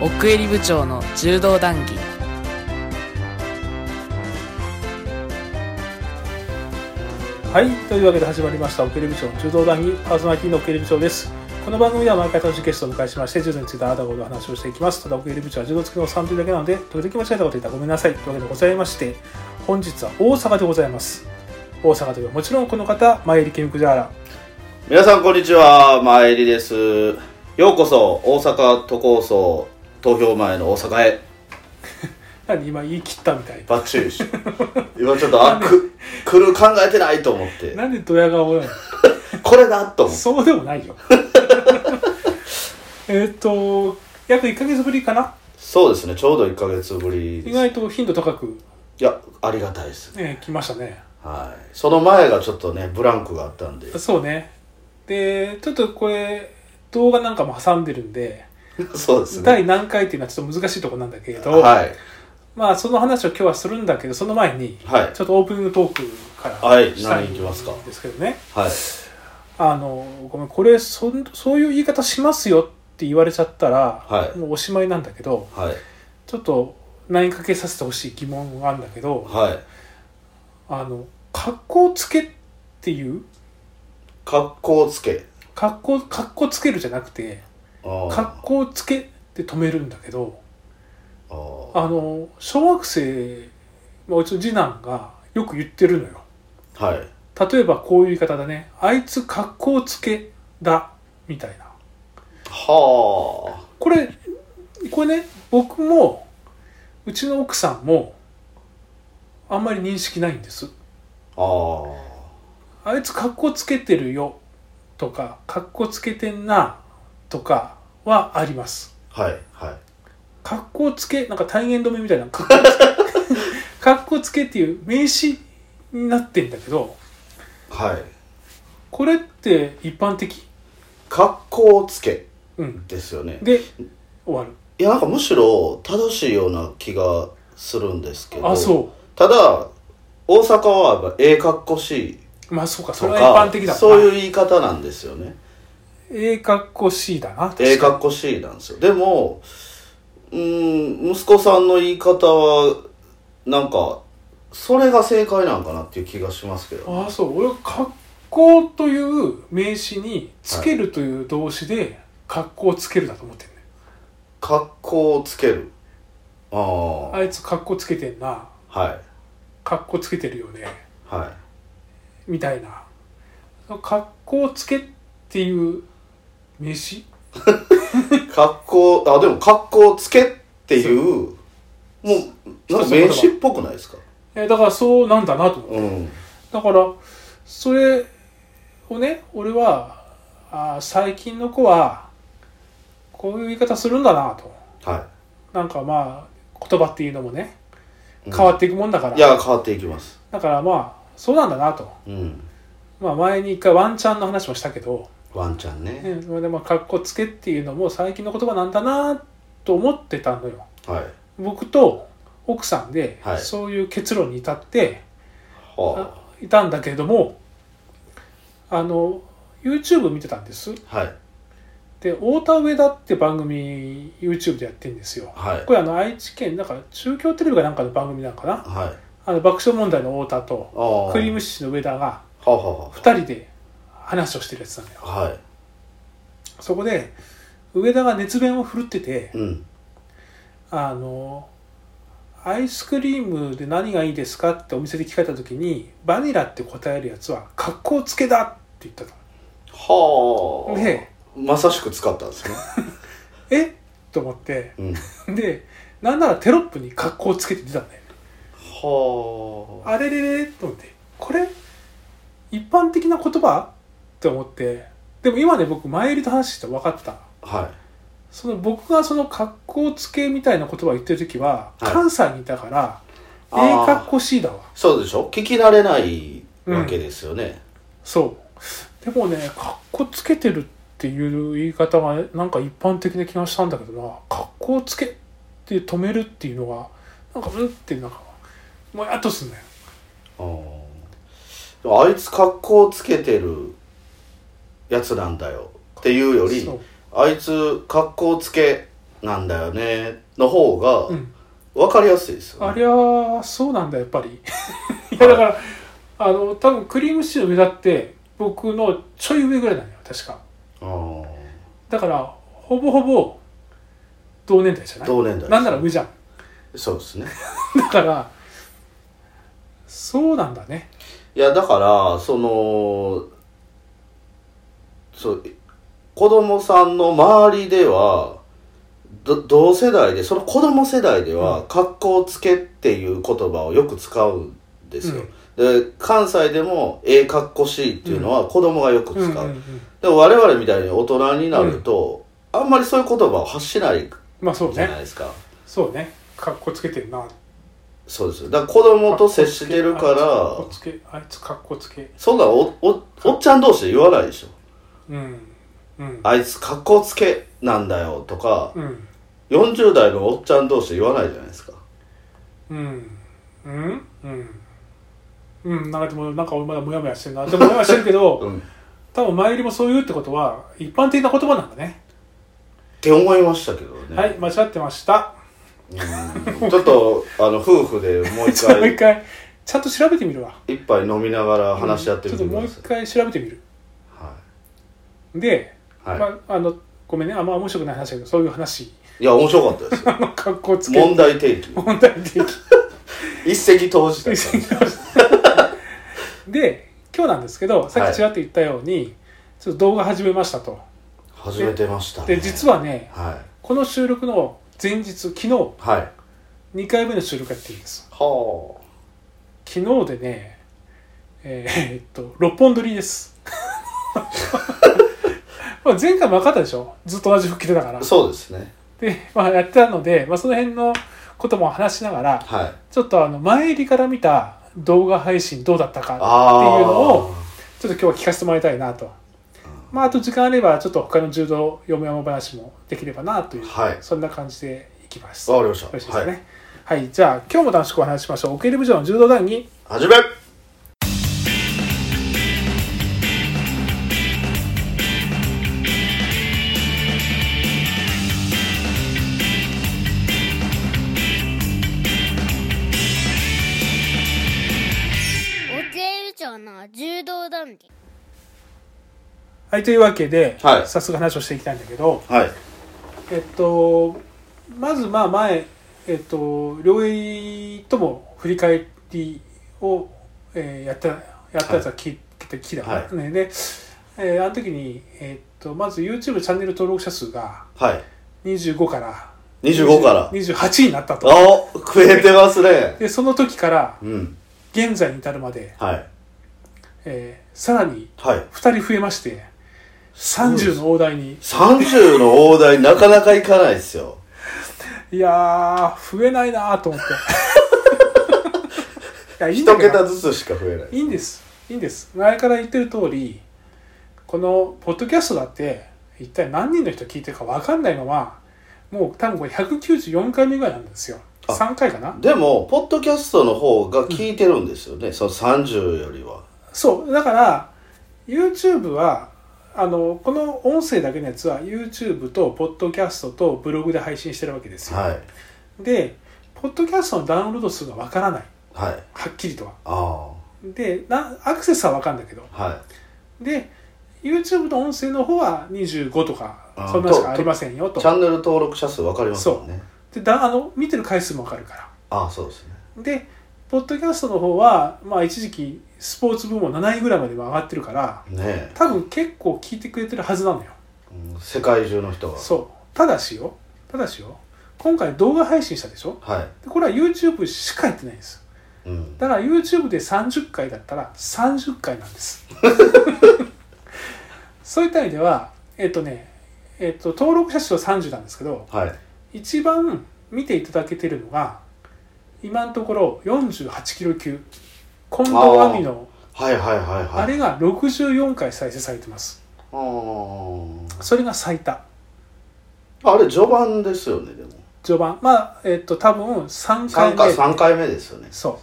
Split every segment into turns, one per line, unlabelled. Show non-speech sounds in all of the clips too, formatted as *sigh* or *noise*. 奥襟部長の柔道談義
はい、というわけで始まりました、オケル部長の柔道団にパーソナリティのオケル部長です。この番組では毎回楽しいゲストをお迎えしまして、柔道についてあなたことお話をしていきます。ただ、オケル部長は柔道付きの3というだけなので、時々間違えたこと言ったらごめんなさいというわけでございまして、本日は大阪でございます。大阪といえばもちろんこの方、前入り健福ジャーラ。
皆さんこんにちは、まえりです。ようこそ、大阪都構想投票前の大阪へ。
何今言い切ったみたい。
バッチリでしょ *laughs* 今ちょっと、あ、く、来る考えてないと思って。
なんでドヤ顔なの
これだと思って。
そうでもないよ。えっと、約1ヶ月ぶりかな
そうですね、ちょうど1ヶ月ぶり
意
です。
外と頻度高く、
いや、ありがたいです。
ね、来ましたね。
はい。その前がちょっとね、ブランクがあったんで。 *laughs*
そうね。で、ちょっとこれ、動画なんかも挟んでるんで、
そうですね。
第何回っていうのはちょっと難しいところなんだけれど、
はい。
まあその話を今日はするんだけど、その前に、
はい
ちょっとオープニングトークから
はい
したい
何いきますか
んですけどね。
はい。
あの、ごめん、これそん、そういう言い方しますよって言われちゃったら、
はい
もうおしまいなんだけど、
はい。
ちょっと何かけさせてほしい疑問があるんだけど、
はい。
あの、格好つけっていう、
格好つけ。
格好、格好つけるじゃなくて、
あー
格好つけって止めるんだけど
あー
あの小学生まあうちの次男がよく言ってるのよ
はい。
例えばこういう言い方だねあいつ格好つけだみたいな
はあ。
これこれね僕もうちの奥さんもあんまり認識ないんです
ああ。
あいつ格好つけてるよとか格好つけてんなとかはあります
はい。はい。
格好つけなんか体現止めみたいな格好つけ *laughs* 格好つけっていう名詞になってんだけど
はい。
これって一般的
格好つけ
うん
ですよね
で終わる
いやなんかむしろ正しいような気がするんですけど
あそう
ただ大阪はやっぱええかっこしいう
まあそうかそ
と
れ
か
は一般的だな
そういう言い方なんですよね
A 格好 C だな
ええ
確か
かっこしいなんですよでもうーん息子さんの言い方はなんかそれが正解なんかなっていう気がしますけど
あそう俺は格好という名詞につけるという動詞で格好つけるだと思ってんね
格好をつけるああはい
あいつ格好つけてんな
はい
格好つけてるよね
はい
みたいな格好つけっていう名詞
格好あでも格好つけっていうもうなんか名詞っぽくないですか
えだからそうなんだなと思って
うん
だからそれをね俺はあー最近の子はこういう言い方するんだなと
は
なんかまあ言葉っていうのもね
うん
変わっていくもんだから、
いいや変わっていきます
だからまあそうなんだなと、
うん
まあ、前に一回ワンチャンの話もしたけど、
ワンちゃんね
ね、それでまあかっこつけっていうのも最近の言葉なんだなと思ってたのよ
はい
僕と奥さんで
はい
そういう結論に至って、
は
あいたんだけれどもあの YouTube 見てたんです
あはい
で太田上田って番組 YouTube でやってるんですよ
はい
これあの愛知県なんか中京テレビかなんかの番組なのかな
はい
あの爆笑問題の太田と
ああ
クリームシチューの上田が
はあは
2人で話をしてるやつなのよ
あはあは
そこで上田が熱弁を振るってて
いうん
あのアイスクリームで何がいいですかってお店で聞かれた時にバニラって答えるやつは格好つけだって言った
は
の
あ
で
まさしく使った
*laughs*
んですね
えと思って
うん
でなんならテロップに格好つけて出たんだよね
はあ
あれれれれと思ってこれ一般的な言葉って思ってでも今ね僕前入りと話して分かった
は
その僕がその格好つけみたいな言葉を言ってる時は、
はい
関西にいたから
あー
ええ格好しいだわ
いそうでしょ聞き慣れないわけですよね
そうでもね格好つけてるっていう言い方がなんか一般的な気がしたんだけどな格好つけって止めるっていうのがなんかうんってなんかもやっとすんだよ
ああでもあいつ格好つけてるやつなんだよっていうより
そう
あいつ格好つけなんだよねの方が
うん
分かりやすいですよ、ね
ありゃそうなんだやっぱり *laughs* いやだから、あの多分クリームシチューの上だって僕のちょい上ぐらいなのよ確か
あー
だからほぼほぼ同年代じゃない
同年代です
なんなら上じゃん
そうですね
だからそうなんだね
いやだからそのそう子供さんの周りではど同世代でその子供世代では格好つけっていう言葉をよく使うんですよ、で関西でも「ええ格好しい」っていうのは子供がよく使う、
うんうんうん
でも我々みたいに大人になると、あんまりそういう言葉を発しない
まあそう
じゃな
ね
いですか
そうね格好つけてるな
そうですよだから子供と接してるか
格好
ら
つけあいつ格好つけ
そんなんおおおっちゃん同士で言わないでしょ
うんうん
あいつ格好つけなんだよとか、
うん
40代のおっちゃん同士で言わないじゃないですか。
うんうんうんうんなんかでもなんか俺まだモヤモヤしてるなでもモヤモヤしてるけど、
*laughs* うん。っ
多分前よりもそういうってことは一般的な言葉なんだね
て思いましたけどね。
はい間違ってました
うんちょっと、あの、夫婦でも
*laughs*
う
じ
一
ゃあもう一
回、
回ちゃんと調べてみるわ
一杯飲みながら話し合ってみて
ちょっ
く
ともう
だ
一
さい。
回調べてみる
は
で、
い。はい。
まああのごめんねあんま面白くない話だけどそういう話 *laughs*
いや、面白かったですよ。
あの格好つけ
問題提起。
問題的
一石投じた感じ。
*laughs* で今日なんですけどさっきちらっと言ったように、ちょっと動画始めましたと
始めてました、ね。
で実はね
は
この収録の前日昨日
い。はい。は
2回目の収録やってるんです
あ。
昨日でねえーえっと六本撮りです *laughs* まあ前回も分かったでしょずっと同じ服着てたから
そうですね。
で、まあ、やってたので、まあ、その辺のことも話しながら
はい。
ちょっとあの前入りから見た動画配信どうだったか
あ
っ
あ。
ていうのをちょっと今日は聞かせてもらいたいなと。まあ、あと時間あれば、ちょっと他の柔道読み山話もできればなという、
はい
そんな感じでいきます。
わ
よ
かりました。
ろしいですかね。はい、じゃあ、今日も楽しくお話ししましょう。オケル部長の柔道団に、
はい。始め
お手入長の柔道談義
はい、というわけで、
はい
早速話をしていきたいんだけど、
はい。
えっと、まず、まあ、前、えっと、両襟とも振り返りを、えーやった、やったやつは聞いて、聞いたからね。で、えーあの時に、えっと、まず YouTube チャンネル登録者数が、
はい。
25から
25から
28になったと
あ食えてますね。
でその時から
うん。
現在に至るまで、
はい。
えーさらに
はい。
2人増えまして30の大台に
30の大台なかなかいかないですよ。
いやー増えないなーと思って
*laughs*
いやいいんだ
一
けど
桁ずつしか増えない。
いいんですいいんです前から言ってる通りこのポッドキャストだって一体何人の人聞いてるか分かんないままもう多分これ194回目ぐらいなんですよ
あ
3回かな
でも、ポッドキャストの方が効いてるんですよね。その30よりは。
そうだから YouTube はあのこの音声だけのやつは YouTube とポッドキャストとブログで配信してるわけですよ、
はい。
でポッドキャストのダウンロード数がわからない
はい。
はっきりとは
あ
でなアクセスはわかるんだけど
あ。はい。
で YouTube の音声の方は25とか
あー
そんなしかありませんよと
チャンネル登録者数わかりますもんね。
でだあの見てる回数もわかるか
ああ、そうですね。
らでポッドキャストの方は、まあ、一時期スポーツ部門7位ぐらいまで上がってるから
ねえ
多分結構聞いてくれてるはずなのよ
うん世界中の人が。
そうただしよただしよ今回動画配信したでしょ
は
でこれは YouTube しかやってないんです
い。うん。
だから YouTube で30回だったら30回なんです *laughs* そういった意味ではえっとねえっと登録者数は30なんですけど
はい。
一番見ていただけてるのが今のところ48キロ級近藤亜美の
はいはいはいはい。
あれが64回再生されてます
あー
それが最多
あれ、序盤ですよね、でも。
序盤まあえっと多分3回
3回
目
三回目ですよね。
そ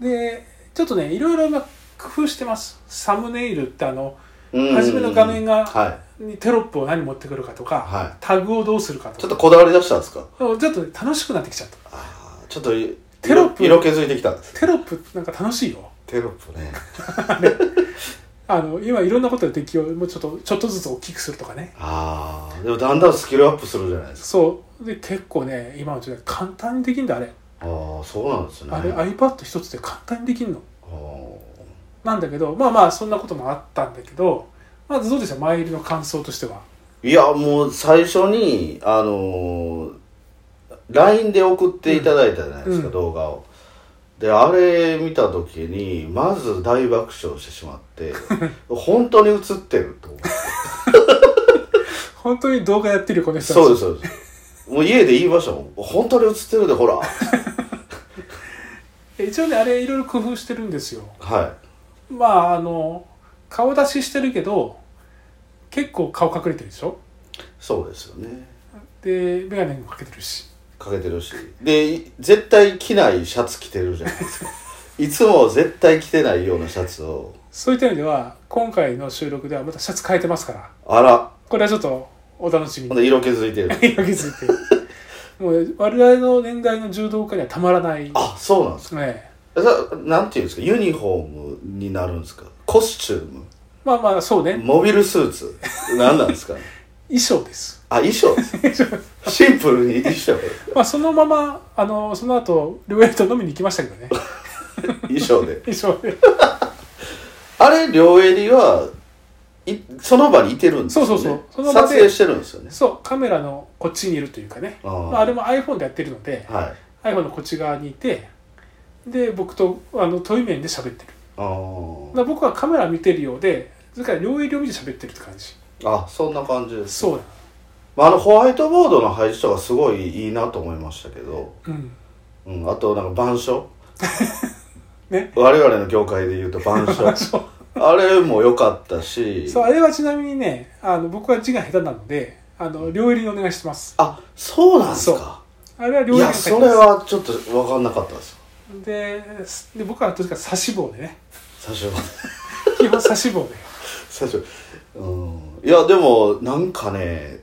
うでちょっとねいろいろ今工夫してますサムネイルってあの
うん
初めの画面が
はい。
にテロップを何持ってくるかとか、
はい
タグをどうするかとか
ちょっとこだわり出したんですか
ちょっと楽しくなってきちゃった
あーちょっとい
テロップ
色気づいてきたんですね
テロップなんか楽しいよ
テロップね
あの今いろんなことで敵をもうちょっとちょっとずつ大きくするとかね
ああでもだんだんスキルアップするじゃないですか
そうで結構ね今の時代簡単にできるんだあれ
ああそうなんですね
あれ iPad 一つで簡単にできるの
あー
なんだけどまあまあそんなこともあったんだけどまずどうでした前入りの感想としてはい
やもう最初にあのー LINE で送っていただいたじゃないですか、
うん
動画をであれ見た時にまず大爆笑してしまって
*laughs*
本当に映ってると思って
本当に動画やってるよこの人たち
そうですそうですもう家で言いましたもん本当に映ってるでほら
一応ねあれいろいろ工夫してるんですよ
は
まああの顔出ししてるけど結構顔隠れてるでしょ
いそうですよね
で眼鏡もかけてるし
かけてるしでい絶対着ないシャツ着てるじゃないですかいつも絶対着てないようなシャツを
そういった意味では今回の収録ではまたシャツ変えてますから
あら
これはちょっとお楽しみ
ほん
に
で色気づ
*laughs*
いてる
色気づいて *laughs* もう我々の年代の柔道家にはたまらない
あそうなんですか
ね
えそれなんていうんですかユニフォームになるんですかコスチューム
まあまあそうね
モビルスーツ何なんで
*laughs*
すか
衣装です
あ衣装ですシンプルに衣装
まあそのままあのその後両親と飲みに行きましたけどね
衣装で
衣装で
あれ両襟はいその場にいてるんですよ、ね、
そうそうそうその場で
撮影してるんですよね
そうカメラのこっちにいるというかね
あ
あ,、
ー
まあ、あれも iPhone でやってるので
はい
iPhone のこっち側にいてで僕とあの対面で喋ってる
あ
だ
ー
から僕はカメラ見てるようでそれから両襟を見て喋ってるって感じ
あそんな感じです、
そう
まあ、あのホワイトボードの配置とかすごいいいなと思いましたけど、
だうん
うん、あとなんか板書
*laughs* ね
我々の業界で言うと板書
そう
あれも良かったし
そうあれはちなみにねあの僕は字が下手なのであの両襟にお願いしてます
あそうなんですか
あれは両
い
襟
や
に書い
そ
て
れ
ます
はちょっと分かんなかったです
ですで僕はどっちか刺し棒でね
最初
*laughs*
は
基本刺し棒で
最初うんいやでもなんかね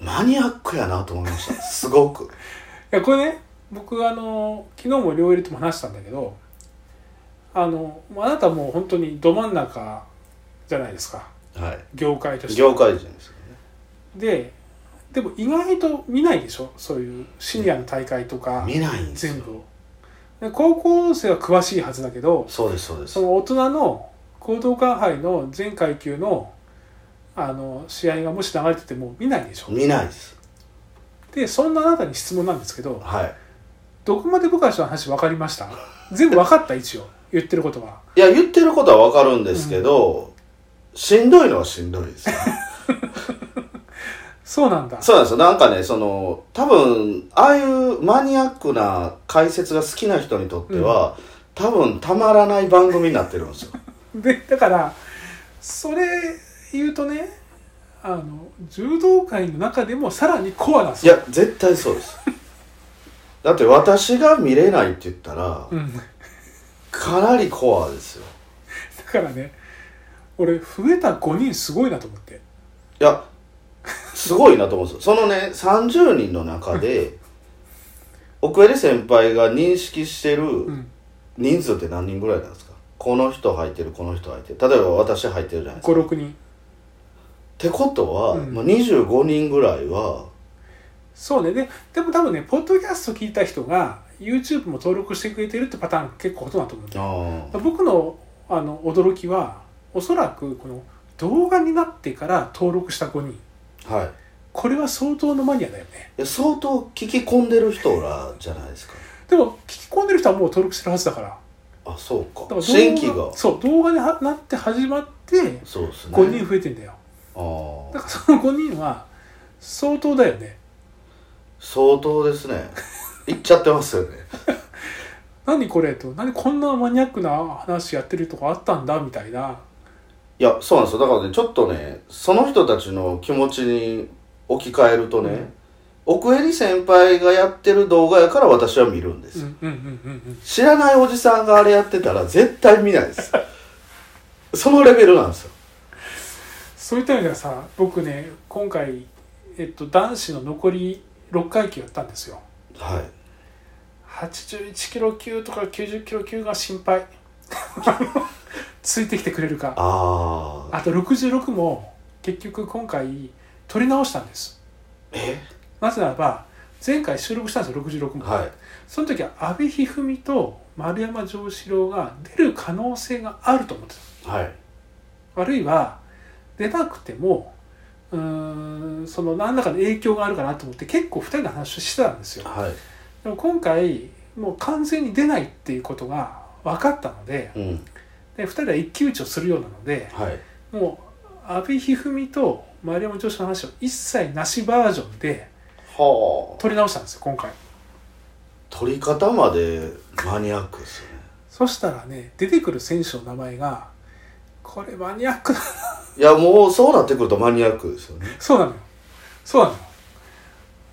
マニアックやなと思いましたすごく
いやこれね僕あの昨日も両襟とも話したんだけどあのあなたもう本当にど真ん中じゃないですか
は
業界と
い
して
業界人ですよね
ででも意外と見ないでしょそういうシニアの大会とか
見ないんですよ
全部をで高校生は詳しいはずだけど
そうですそうです
その大人の行動館杯の全階級のあの試合がもし流れてても見ないでしょ
見ないです
でそんなあなたに質問なんですけど
はい
どこまで僕たちの話分かりました全部分かった一応言ってることはい
や言ってることは分かるんですけど、しんどいのはしんどいですよ
そうなんだ
そうなんですよなんかねその多分ああいうマニアックな解説が好きな人にとっては、多分たまらない番組になってる
*laughs*
んですよ
でだからそれ言うとねあの柔道界の中でもさらにコアなんで
い
すよ
や絶対そうですだって私が見れないって言ったら、
うんだ
かなりコアですよ
からね俺増えた5人すごいなと思って
いやすごいなと思うんですよそのね30人の中で奥襟先輩が認識して
う
る
ん
人数って何人ぐらいなんですかこの人入ってるこの人入ってる例えば私入ってるじゃないですかっ
56人
てことは、
うん
まあ、25人ぐらいは
そうねででも多分ねポッドキャスト聞いた人が YouTube も登録してくれてるってパターン結構ほとんどだと思うんだよ
ああ
僕のあの驚きはおそらくこの動画になってから登録した5人
はいい
これは相当のマニアだよね
や相当聞き込んでる人らじゃないですか
でも聞き込んでる人はもう登録してるはずだから
あそう
だ
か
から動画
新規が
そう動画にはなって始まって
そうですね
5人増えてんだよ
あ
だ
あ
からその5人は相当だよね
相当ですねいっちゃってますよね
何これと何こんなマニアックな話やってるとこあったんだみたいない
やそうなんですよだからねちょっとねその人たちの気持ちに置き換えるとね、奥襟先輩がやってる動画やから私は見るんです
うん
よ、
うんうんうんうん
知らないおじさんが
*laughs*
あれやってたら絶対見ないですそのレベルなんですよ
そういった意味ではさ僕ね今回、えっと、男子の残り6階級やったんですよ
はい
81キロ級とか90キロ級が心 *laughs* 配ついてきてくれるか
ああ
あと66も結局今回取り直したんです
え
なぜならば前回収録したんですよ66も、
はい
その時は阿部一二三と丸山丈志郎が出る可能性があると思ってた
はい
あるいは出なくてもうーんその何らかの影響があるかなと思って結構2人の話をしてたんですよ
は
でも今回もう完全に出ないっていうことが分かったので
いうん
で2人は一騎打ちをするようなので
はい
もう阿部一二三と丸山女子の話を一切なしバージョンで
はあ
撮り直したんですよ今回
取り方までマニアックですよね
そしたらね出てくる選手の名前がこれマニアックだ
いやもうそうなってくるとマニアックですよね
そうなのよ。そうなのよ。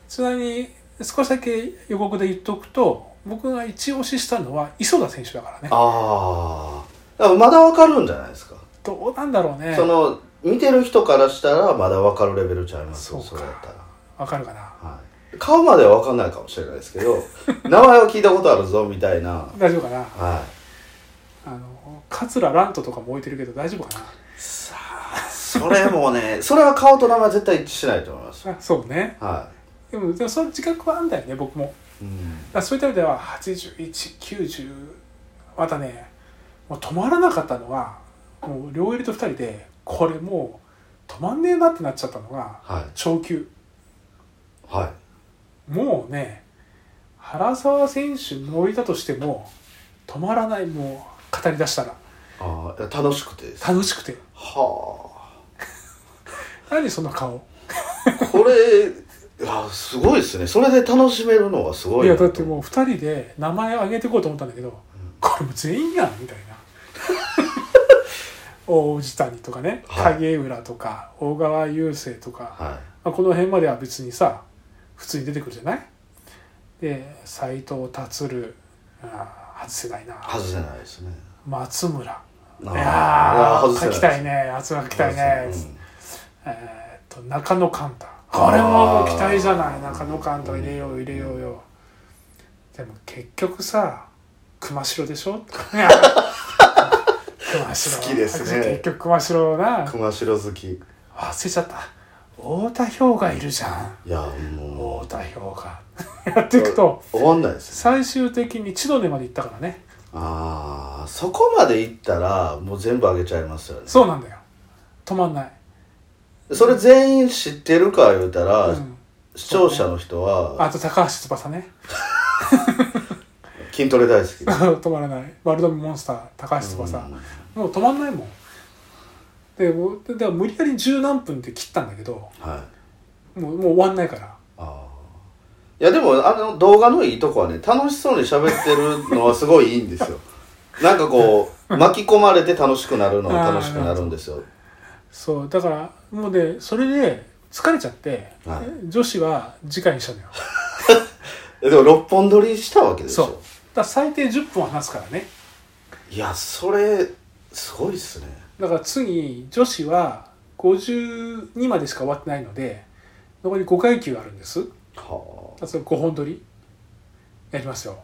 ちなみに、少しだけ予告で言っとくと、僕が一押ししたのは磯田選手だからね。
ああだからまだわかるんじゃないですか、
どうなんだろうね。
その見てる人からしたらまだわかるレベルちゃいます
そうか
それやったら、
わかるかな。
はい、顔まではわかんないかもしれないですけ *laughs* ど名前は聞いたことあるぞみたいな
大丈夫かな。
は
あの、桂蘭斗とかも置いてるけど大丈夫か
いさあそれもねそれは顔と名前絶対一致しないと思います
な。あそうね。
は
でも、でもその自覚はあんだよね、僕も。
い、うん
だからそういった意味では81、90またねもう止まらなかったのはもう両襟と2人でこれもう止まんねえなってなっちゃったのが
はい
長球
はい
もうね原沢選手乗りだとしても止まらないもう語り出したら
ああ楽しくてです
楽しくて
は
何その顔
あこれいやすごいですねそれで楽しめるのがすご
い
い
や
なと
だってもう2人で名前を挙げていこうと思ったんだけど、これもう全員やんみたいな大内谷とかね
はい
影浦とか大川雄星とか、
は
まあ、この辺までは別にさ普通に出てくるじゃないで斎藤達るあー外せないない
外せないですね
松村
い
いや
ー
ー書きたいね松村書きたいね、
うん
えーっと中野寛太これはもう期待じゃない中野寛太入れよう入れようよでも結局さ熊代でし
*laughs*
ょいや熊代
好きですね
結局熊代な
熊代好きい
忘れちゃった太田氷河いるじゃん
やも
太田氷河 *laughs* やっていくと
う終わんないですよ
最終的に千鳥まで行ったからね
ああそこまでいったらもう全部あげちゃいますよね
そうなんだよ止まんない、
それ全員知ってるか言うたら、
うん、
視聴者の人は
あと高橋翼ね
筋トレ大好きです
*laughs* 止まらない丸ルドモンスター高橋翼、もう止まんないもんでもうで無理やり十何分で切ったんだけど
はい
もうもう終わんないから
あーいやでもあの動画のいいとこはね楽しそうに喋ってるのはすごいいい
*laughs*
んですよなんかこう巻き込まれて楽しくなるのは楽しくなるんですよ
そうだからもうねそれで疲れちゃって、
はい
女子 *laughs* は次回にしたのよだか
えでも六本撮りしたわけでし
そう
ょ
ら最低10分は話すからね
いやそれすごいっすね
だから次女子は52までしか終わってないので残り5階級あるんですだか
はあ
らそれ5本撮りやりますよ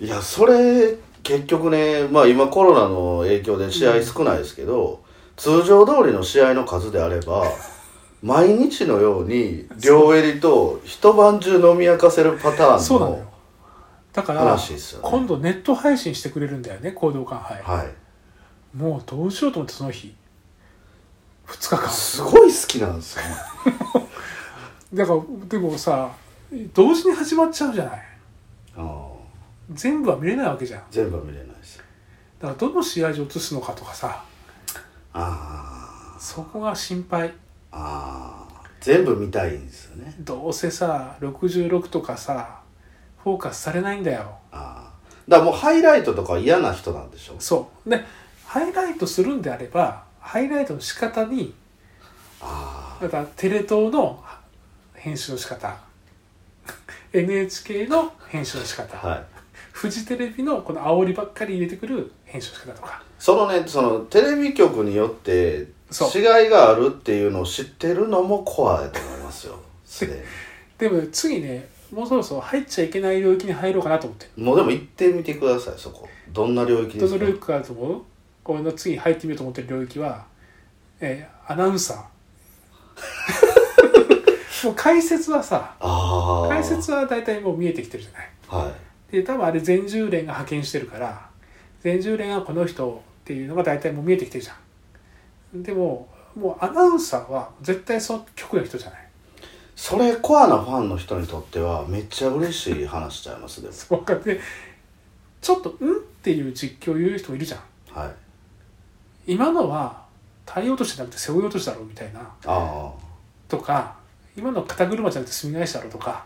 いやそれ結局ねまあ今コロナの影響で試合少ないですけど、通常通りの試合の数であれ
*laughs*
ば毎日のように両襟と一晩中飲み明かせるパター
そ
ン
うなのよ
の
だから
話ですよ、ね、
今度ネット配信してくれるんだよね行動館配、
はい
もうどうしようと思ってその日2日間
すごい好きなんですよね
だからでもさ同時に始まっちゃうじゃない
あ
全部は見れないわけじゃんだ
全部は見れないです
からどの試合場映すのかとかさ
あ
そこが心配
あああ全部見たいんですよね
どうせさ66とかさフォーカスされないんだよ
ああだからもうハイライトとかは嫌な人なんでしょ
そうでハイライトするんであればハイライトの仕方に
あ
だからテレ東の編集の仕方 NHK の編集の仕方、
あはい
フジテレビのこの煽りばっかり入れてくる編集の仕方とか
そのねそのテレビ局によって
そう
違いがあるっていうのを知ってるのもコアやと思います *laughs* よすでに
でも次ねもうそろそろ入っちゃいけない領域に入ろうかなと思って
もうでも行ってみてくださいそこどんな領域
ど
で
の
すか
領域かと思う俺の次入ってみようと思ってる領域は、えーアナウンサー *laughs* もう解説はさ
ああ
解説は大体もう見えてきてるじゃない
は
で多分あれ全従連が派遣してるから全従連はこの人っていうのが大体もう見えてきてるじゃんでももうアナウンサーは絶対その局の人じゃない
いそれコアなファンの人にとってはめっちゃ嬉しい話しちゃいますでも
そうかでちょっと「うん?」っていう実況を言う人もいるじゃん
はい
今のは体落としじゃなくて背負い落としだろうみたいな
ああ
とか今の肩車じゃなくて住み返しだろうとか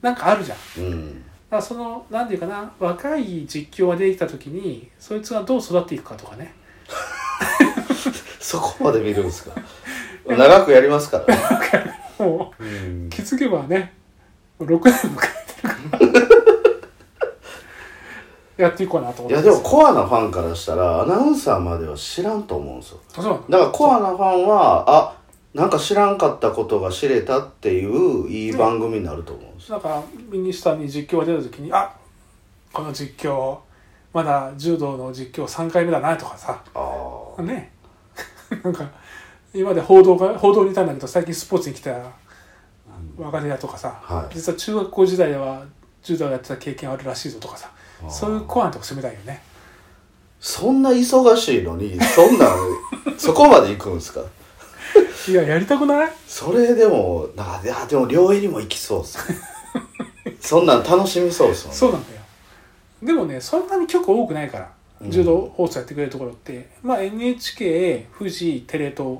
なんかあるじゃんだ
うん
からその何て言うかな若い実況が出てきた時にそいつがどう育っていくかとかね
そこまで見るんですか長くやりますからね、
も
う
うん気づけばね6年迎えてるからやっていこうなと思
い
って
やでもコアなファンからしたらアナウンサーまでは知らんと思うんですよ
あそうなの
だからコアなファンはあなんか知らんかったことが知れたっていういい番組になると思うんですよ、
なんか右下に実況が出た時にあこの実況まだ柔道の実況3回目だなとかさ
ああ
ね *laughs* なんか今まで報道が報道にいたんだけど最近スポーツに来た若手だとかさ、
はい
実は中学校時代は柔道やってた経験あるらしいぞとかさ
あー
そういうコアなとこ攻めたいよね
そんな忙しいのにそんなんそこまで行くんですか
いややりたくない
それでもなんかいやでも料理にも行きそうっすねそんなん楽しみそうっすもんね
そうなんだよでもねそんなに局多くないから
うん
柔道放送やってくれるところって、まあ NHK 富士テレ東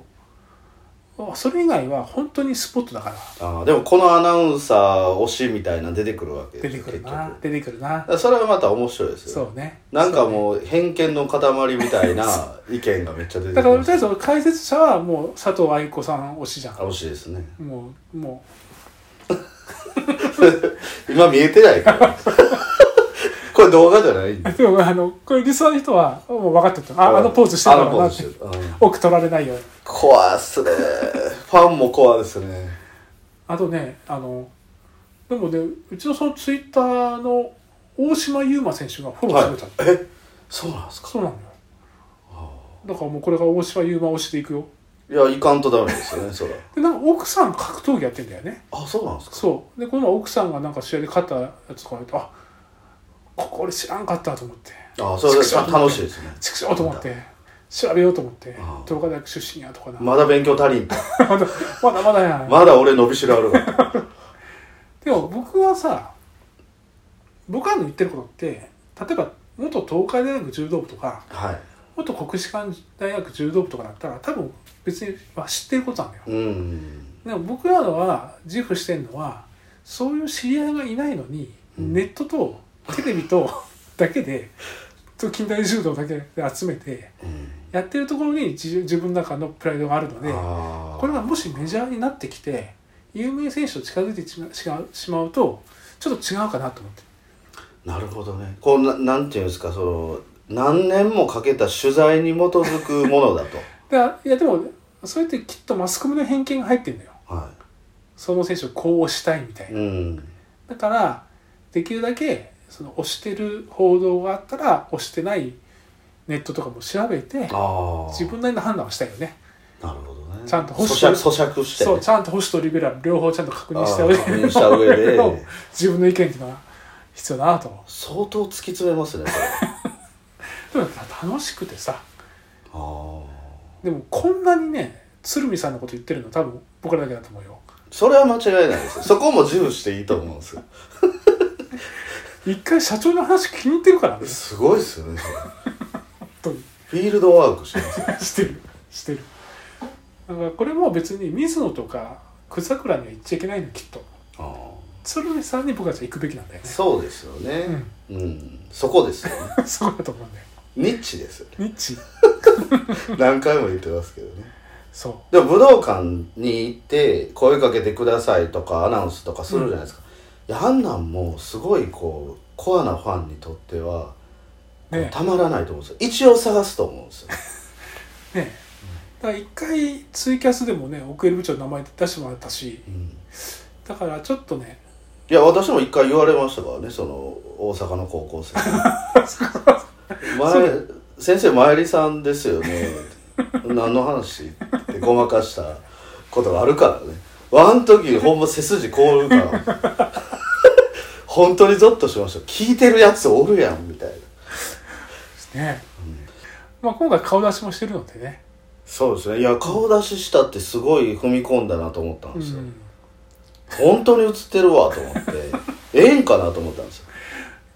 それ以外は本当にスポットだから
ああでもこのアナウンサー推しみたいなの出てくるわけ
出
です
て
よ
くる
結局
な出てくる
だ
な
からそれはまた面白いですよ
そうね
なんかもう偏見の塊みたいな意見がめっちゃ出て
だ
く
から
る
とりあえず解説者はもう佐藤愛子さん推しじゃん
あ惜しいですね
もうも
今見えてないから *laughs* これ動画じゃないん
うでもあのこれ理想の人はもう分かってるとああのポーズして
る
る
あ
か
の
ら
ポ
な
ー
っ
ズして
て
る、うん、
奥取られないように
怖っすねファンも怖ですね
あとねあのでもねうちのそのツイッターの大島優真選手がフォローしてくれたの、
えそうなんですか
そうなのよだからもうこれが大島優真推しでいくよ
いやいかんとダメですよねそら
でなんか奥さん格闘技やってんだよね
*laughs* あそうなんですか
そうでこの前奥さんがなんか試合で勝ったやつとか見てあここ俺知らんかったと思って
あそれ楽しいですね
ちくしょうと思って調べようと思って
ああ
東海大学出身やとかな、
まだ勉強足りんと
まだまだまだやん、
まだ俺伸びしろあるわ
でも僕はさ僕らの言ってることって例えば元東海大学柔道部とか
はい
元国士舘大学柔道部とかだったら多分別に、まあ、知ってることなんだよ
うん
でも僕らのは自負してるのはそういう知り合いがいないのに、
うん
ネットとテレビとだけで *laughs* と近代柔道だけで集めて
うん
やってるところに自自分の中のプライドがあるので
あー
これがもしメジャーになってきて有名選手と近づいてしましましまうとちょっと違うかなと思って
なるほどねこうななんていうんですかその何年もかけた取材に基づくものだ
*laughs*
と
だからいやでもそれってきっとマスコミの偏見が入ってるんだよ
は
その選手をこう推したいみたい
い
な
うん
だからできるだけその推してる報道があったら推してないネットとかも調べて
ああ
自分なりの判断をしたいよね
なるほどね
ちゃんと保守
咀嚼咀嚼してね
そうちゃんと保守とリベラル両方ちゃんと確認した
あー確認した
上
上
で
で
*laughs* 自分の意見っていうのは必要だなと思
相当突き詰めますねこれ
うでも楽しくてさ
あ
でもこんなにね鶴見さんのこと言ってるの多分僕らだけだと思うよ
あそれは間違いないですそこも自負していいと思うんですよ
一回社長の話気に入ってるからね
すごいですよねそ
本
れフィールドワークしてますよ
当にしてるしてるだからこれも別に水野とか久桜には行っちゃいけないのきっと
あー
鶴見さんに僕たちは行くべきなんだよね *laughs*
そうですよねうん、そこですよね
そこだと思うんだよ
ニッチですよね
ニッチ
何回も言ってますけどね
そう
でも武道館に行って声かけてくださいとかアナウンスとかするじゃないですか、いやあんなんもすごいこうコアなファンにとっては
ね
たまらないと思うんですよ一応探すと思うんですよ
ねだから一回ツイキャスでもね奥入部長の名前出してもらったし
うん
だからちょっとね
いや私も一回言われましたからねその大阪の高 *laughs* 校生前先生まゆりさんですよね何の話ってごまかしたことがあるからねあん時ほんま背筋凍るから *laughs* 本当にゾッとしました聞いてるやつおるやんみたいな
ね、まあ今回顔出しもしてるのでね、
そうですねいや顔出ししたってすごい踏み込んだなと思ったん
う
ですよ、
ん、
本当に映ってるわと思ってええんかなと思ったんですよ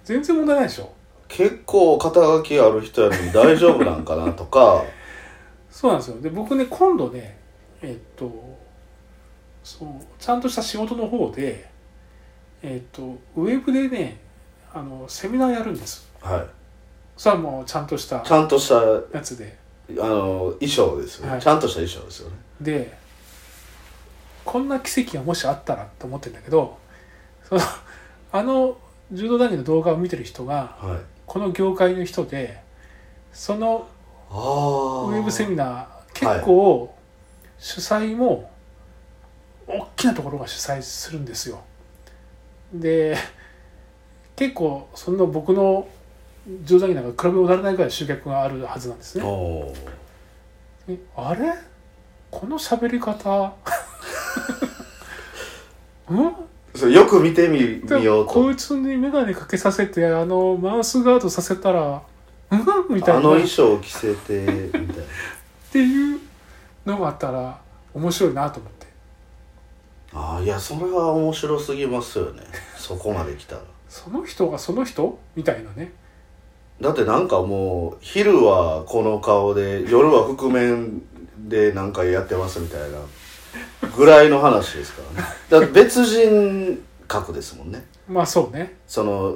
全然問題ないでしょ
結構肩書きある人やのに大丈夫なんかな
*laughs*
とか
そうなんですよで僕ね今度ねえっとそうちゃんとした仕事の方でえっとウェブでねあのセミナーやるんです
は
それはもうちゃんとした
いちゃんとしたあ
やつで
の衣装ですよね、
はい
ちゃんとした衣装ですよね
でこんな奇跡がもしあったらと思ってるんだけどそのあの柔道談義の動画を見てる人が
はい
この業界の人でその
ああ
ウェブセミナー
はい
結構主催も大きなところが主催するんですよで結構そんな僕の冗談になんか比べもならないぐらい集客があるはずなんですね
おー
えあれこの喋り方 *laughs* うん
それよく見てみ見よう
こといつに眼鏡かけさせてあのマウスガードさせたらうんみ
あ
たいな
の衣装を着せてみたいな
っていうのがあったら面白いなと思って
ああいやそれは面白すぎますよねそこまで来たら
その人がその人みたいなね
だってなんかもう昼はこの顔で夜は覆面でなんかやってますみたいなぐらいの話ですから
*laughs*
ねだって別人格ですもんね
まあそうね
その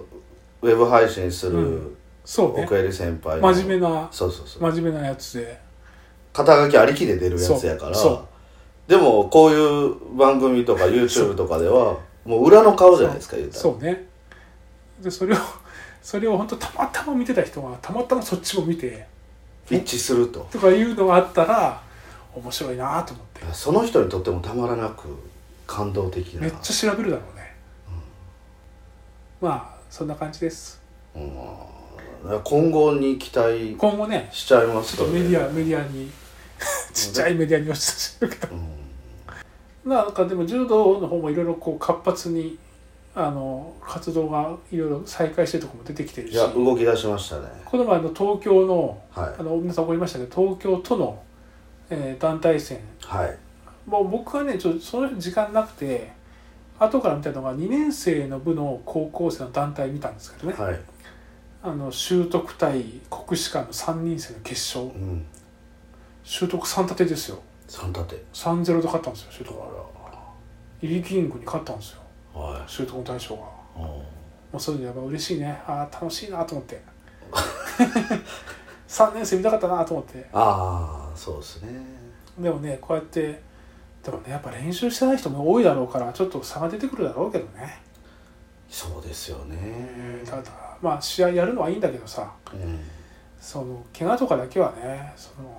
ウェブ配信す
う
る
そうね
奥襟先輩の
真面目な
そうそうそう
真面目なやつで
肩書きありきで出るやつやから
そうそう
でもこういう番組
*laughs*
とか YouTube とかではもう裏の顔じゃないですか言うたら
そうねでそれをそれを本当たまたま見てた人がたまたまそっちも見て
一致すると
とかいうのがあったら面白いなと思って
その人にとってもたまらなく感動的な
めっちゃ調べるだろうね、まあそんな感じです
うん今後に期待
今後ね
しちゃいます
ちょっとメディアメディアにちっちゃいメディアに落ちてるけどなんかでも柔道の方もいろいろこう活発にあの活動がいろいろ再開してるとこも出てきてる
い
し
や動き出しましたね
この前の東京の
は
あの皆さん思いましたけど東京との、えー団体戦
いはい
もう僕はねちょっとその時間なくて後から見たのが2年生の部の高校生の団体見たんですけどね、
はい、
あの習得対国士舘の3人生の決勝
うん、
習得3立てですよ
三立て
3-0で勝ったんですよ習
あ
得はイリキングに勝ったんですよ
らは
習得の大将がも
いうん
うそれでやっぱ嬉しいねああ楽しいなと思って3年生見たかったなと思って
ああそうですね
でもねこうやってでもねやっぱ練習してない人も多いだろうからちょっと差が出てくるだろうけどね
そうですよね
ただまあ試合やるのはいいんだけどさ
うん
その怪我とかだけはねその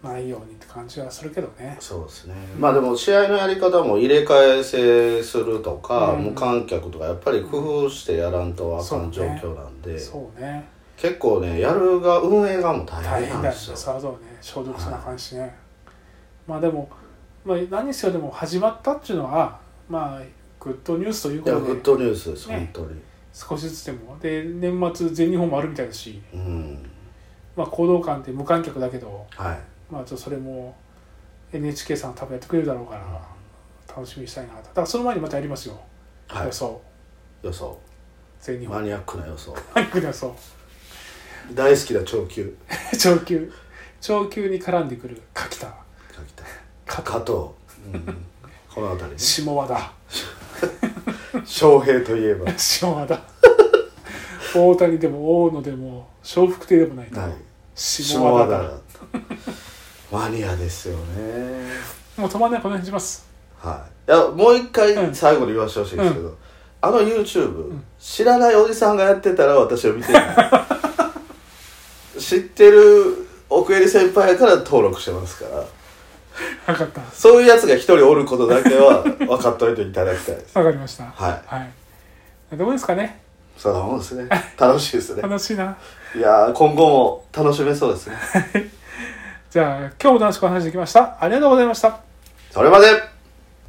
ないようにって感じはするけどね
そうですねまあでも試合のやり方も入れ替え制するとか、
うん
無観客とかやっぱり工夫してやらんとあかん状況なんで、
そうね
結構ねやるが運営がもう大
大
変な
変だよ
んで
ね
すよ
サードはね消毒しなあかんしね、まあでも、まあ、何にせよでも始まったっていうのはまあグッドニュースという
い
こ
や
と
グッ
で
ドニュースです、
ね
本当に
少しずつでもで年末全日本もあるみたいだし、
うん
まあ、行動館って無観客だけど
はい
まあちょっとそれも NHK さん多分やってくれるだろうから楽しみにしたいなとだからその前にまたやりますよ、
はい
予想
予想
全日本
マニアックな予想
パニックの予想
大好きな長球
長球長球に絡んでくる柿田
書きたい
加
加藤、うん、この辺り、ね、
下和田
翔平といえば
下和田大谷でも大野でも笑福亭でもないと、
はい
下
下
和
和
田
田マニアですよね
もう止まんないこの辺にします
はいいやもう一
う
回
ん
最後に言わせてほしいんですけど、あの YouTube、知らないおじさんがやってたら私は見てない知ってる奥襟先輩やから登録してますから
分かった
そういうやつが一人おることだけは分かっといていただきたいです
わかりました
はい
はいどうですかね
そうなもんですね楽しいですね
楽しいない
やー今後も楽しめそうですね
じゃあ今日も楽しくお話できましたありがとうございました
それまで